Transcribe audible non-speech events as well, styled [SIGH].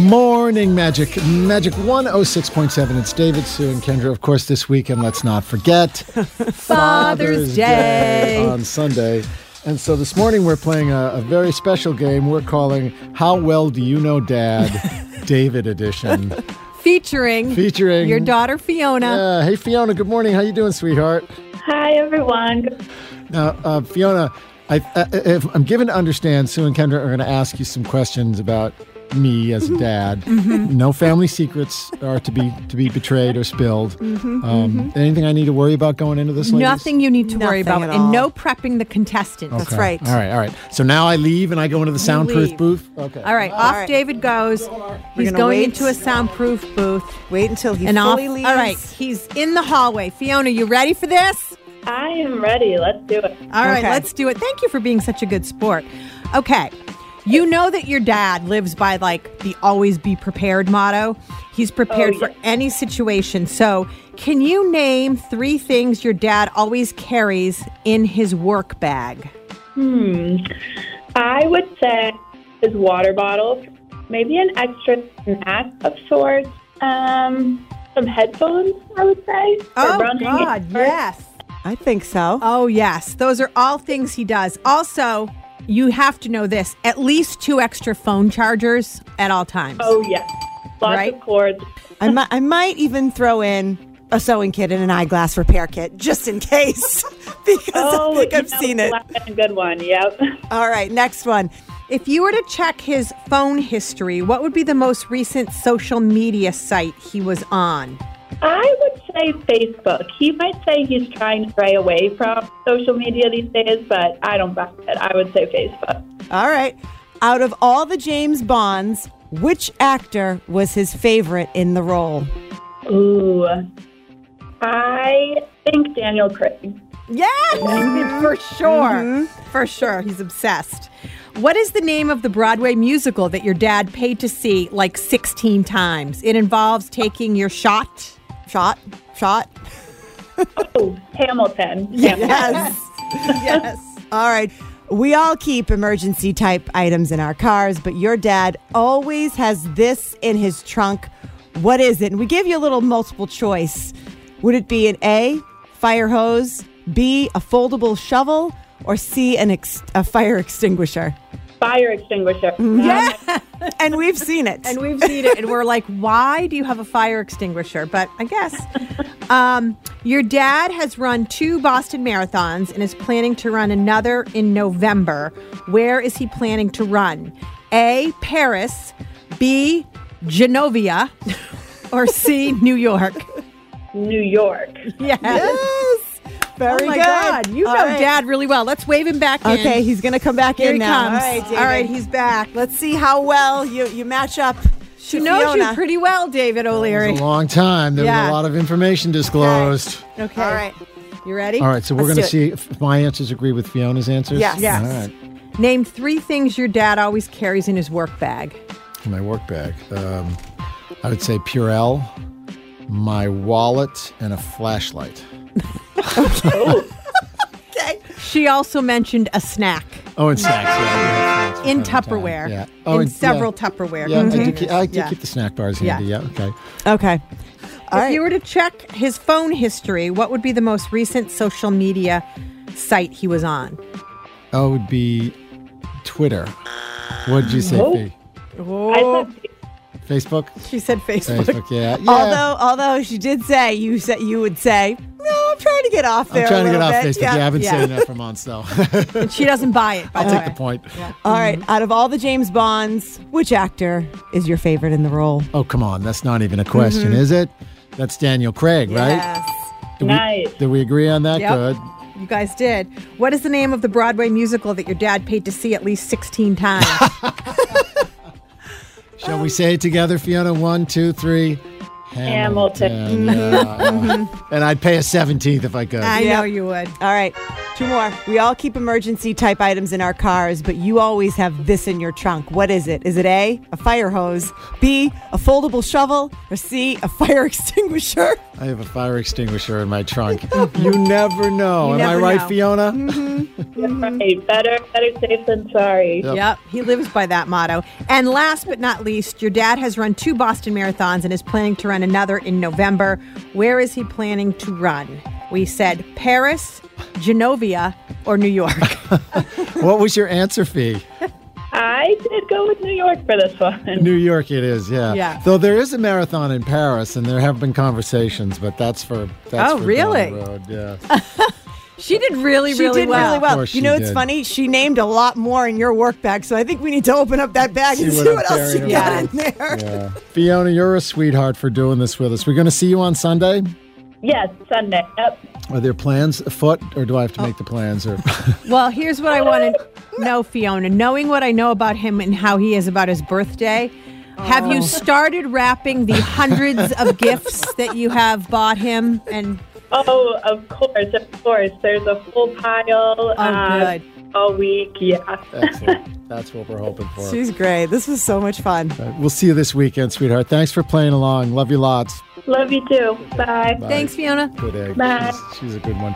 Morning Magic, Magic 106.7. It's David, Sue, and Kendra, of course, this weekend. Let's not forget Father's Day. on Sunday. And so this morning we're playing a, a very special game we're calling How Well Do You Know Dad? David Edition. Featuring, Featuring- your daughter Fiona. Uh, hey, Fiona, good morning. How you doing, sweetheart? Hi, everyone. Now, uh, Fiona, I, uh, if I'm given to understand, Sue and Kendra are going to ask you some questions about me Mm-hmm. as a dad. No family secrets are to be to be betrayed or spilled. Mm-hmm, um, Anything I need to worry about going into this? ladies? Nothing you need to worry Nothing about, at and all. no prepping the contestant. That's right. All right, all right. So now I leave and I go into the soundproof leave. booth. Okay. All right, off right. David goes. He's gonna going wait. into a soundproof booth. Wait until he And off. fully All leaves. right, he's in the hallway. Fiona, you ready for this? I am ready. Let's do it. All right, Okay. let's do it. Thank you for being such a good sport. Okay. You know that your dad lives by like the always be prepared motto. He's prepared Oh, for any situation. So, can you name three things your dad always carries in his work bag? Hmm. I would say his water bottle, maybe an extra snack of sorts, um, some headphones, I would say. for Oh, running. God, yes. I think so. Oh, yes. Those are all things he does. Also, you have to know this at least two extra phone chargers at all times. Oh, yeah. Lots Right. [LAUGHS] of cords. I, mi- I might even throw in a sewing kit and an eyeglass repair kit just in case [LAUGHS] because Oh, I think you I've know, seen it. that's a good one. Yep. [LAUGHS] All right, next one. If you were to check his phone history, what would be the most recent social media site he was on? I would say Facebook. He might say he's trying to stray away from social media these days, but I don't buy it. I would say Facebook. All right. Out of all the James Bonds, which actor was his favorite in the role? Ooh. I think Daniel Craig. Yes, for sure. For sure. Mm-hmm. He's obsessed. What is the name of the Broadway musical that your dad paid to see like 16 times? It involves taking your shot. Shot, shot. Oh, Hamilton. [LAUGHS] Yes. Yes. All right. We all keep emergency type items in our cars, but your dad always has this in his trunk. What is it? And we give you a little multiple choice. Would it be an A, fire hose, B, a foldable shovel, or C, an ex- a fire extinguisher? Fire extinguisher. And we've seen it. and we've seen it and we're like why do you have a fire extinguisher but i guess um, your dad has run two boston marathons and is planning to run another in november where is he planning to run a paris b genovia [LAUGHS] or c new york [LAUGHS] New York. yes yes. Very oh my good. god you All know right. dad really well let's wave him back in. Okay, he's going to come back here in he now. comes All right, David. all right he's back Let's see how well you, you match up. she to knows Fiona. you pretty well david It o'leary was a long time. There was Yeah. a lot of information disclosed. okay All right. you ready All right, so we're Let's going to do see if my answers agree with Fiona's answers. Yes. Yes. All right. Name three things your dad always carries in his work bag. In my work bag, um, I would say Purell, my wallet, and a flashlight. Okay. She also mentioned a snack Oh, and snacks. Yeah, we have snacks in from time to time. Tupperware. Yeah. Oh, in and- several yeah. Tupperware. Yeah, I do, containers. keep, I do Yeah. keep the snack bars Yeah. handy. Yeah. Okay. Okay. If you were to check his phone history, what would be the most recent social media site he was on? Oh, would be Twitter. What did you say? Nope. Fee? I said Facebook. She said Facebook. Facebook. Yeah. uh, yeah. Although, although she did say you said you would say no, I'm trying to get off I'm there. a trying to get little off bit." Facebook. Yeah, I've been yeah. saying that for months [LAUGHS] now. And she doesn't [LAUGHS] buy it. By I'll the take the way. point. All right. Mm-hmm. Out of all the James Bonds, which actor is your favorite in the role? Oh, come on. That's not even a question, Mm-hmm. is it? That's Daniel Craig, right? Did Nice. We, did we agree on that? Yep. Good. You guys did. What is the name of the Broadway musical that your dad paid to see at least [LAUGHS] 16 times? Shall we say it together, Fiona? One, two, three. Hamilton. Hamilton. Yeah. and I'd pay a 17th if I could. I Yep. know you would. All right. Two more. We all keep emergency type items in our cars, but you always have this in your trunk. What is it? Is it A, a fire hose, B, a foldable shovel, or C, a fire [LAUGHS] extinguisher? I have a fire extinguisher in my trunk. [LAUGHS] you never know. Am I never right, know. Fiona? Right. Better, better safe than sorry. Yep. Yep, he lives by that motto. And last but not least, your dad has run two Boston marathons and is planning to run another in November. Where is he planning to run? We said Paris, Genovia, or New York. [LAUGHS] What was your answer fee? I did go with New York for this one. New York, it is, yeah. Yeah. Though there is a marathon in Paris, and there have been conversations, but that's for that's Oh, for really? Down the road. Yeah. she did really, She did really Of well. course You she know, it's did. funny. She named a lot more in your work bag, so I think we need to open up that bag See and what see I'm what else you carrying got in around. there. yeah. [LAUGHS] Fiona, you're a sweetheart for doing this with us. We're going to see you on Sunday. Yes, Sunday. Yep. Are there plans afoot, or do I have to make the plans? [LAUGHS] Or Well, here's what I want to know, Fiona. Knowing what I know about him and how he is about his birthday, have you started wrapping the hundreds of gifts that you have bought him? And Oh, of course, of course. There's a full pile. Oh, good. All week, yeah. excellent. That's what we're hoping for. She's great. This was so much fun. All right, We'll see you this weekend, sweetheart. Thanks for playing along. Love you lots. [LAUGHS] Love you too. Bye. Bye. thanks, Fiona. Good egg. Bye. She's, she's a good one.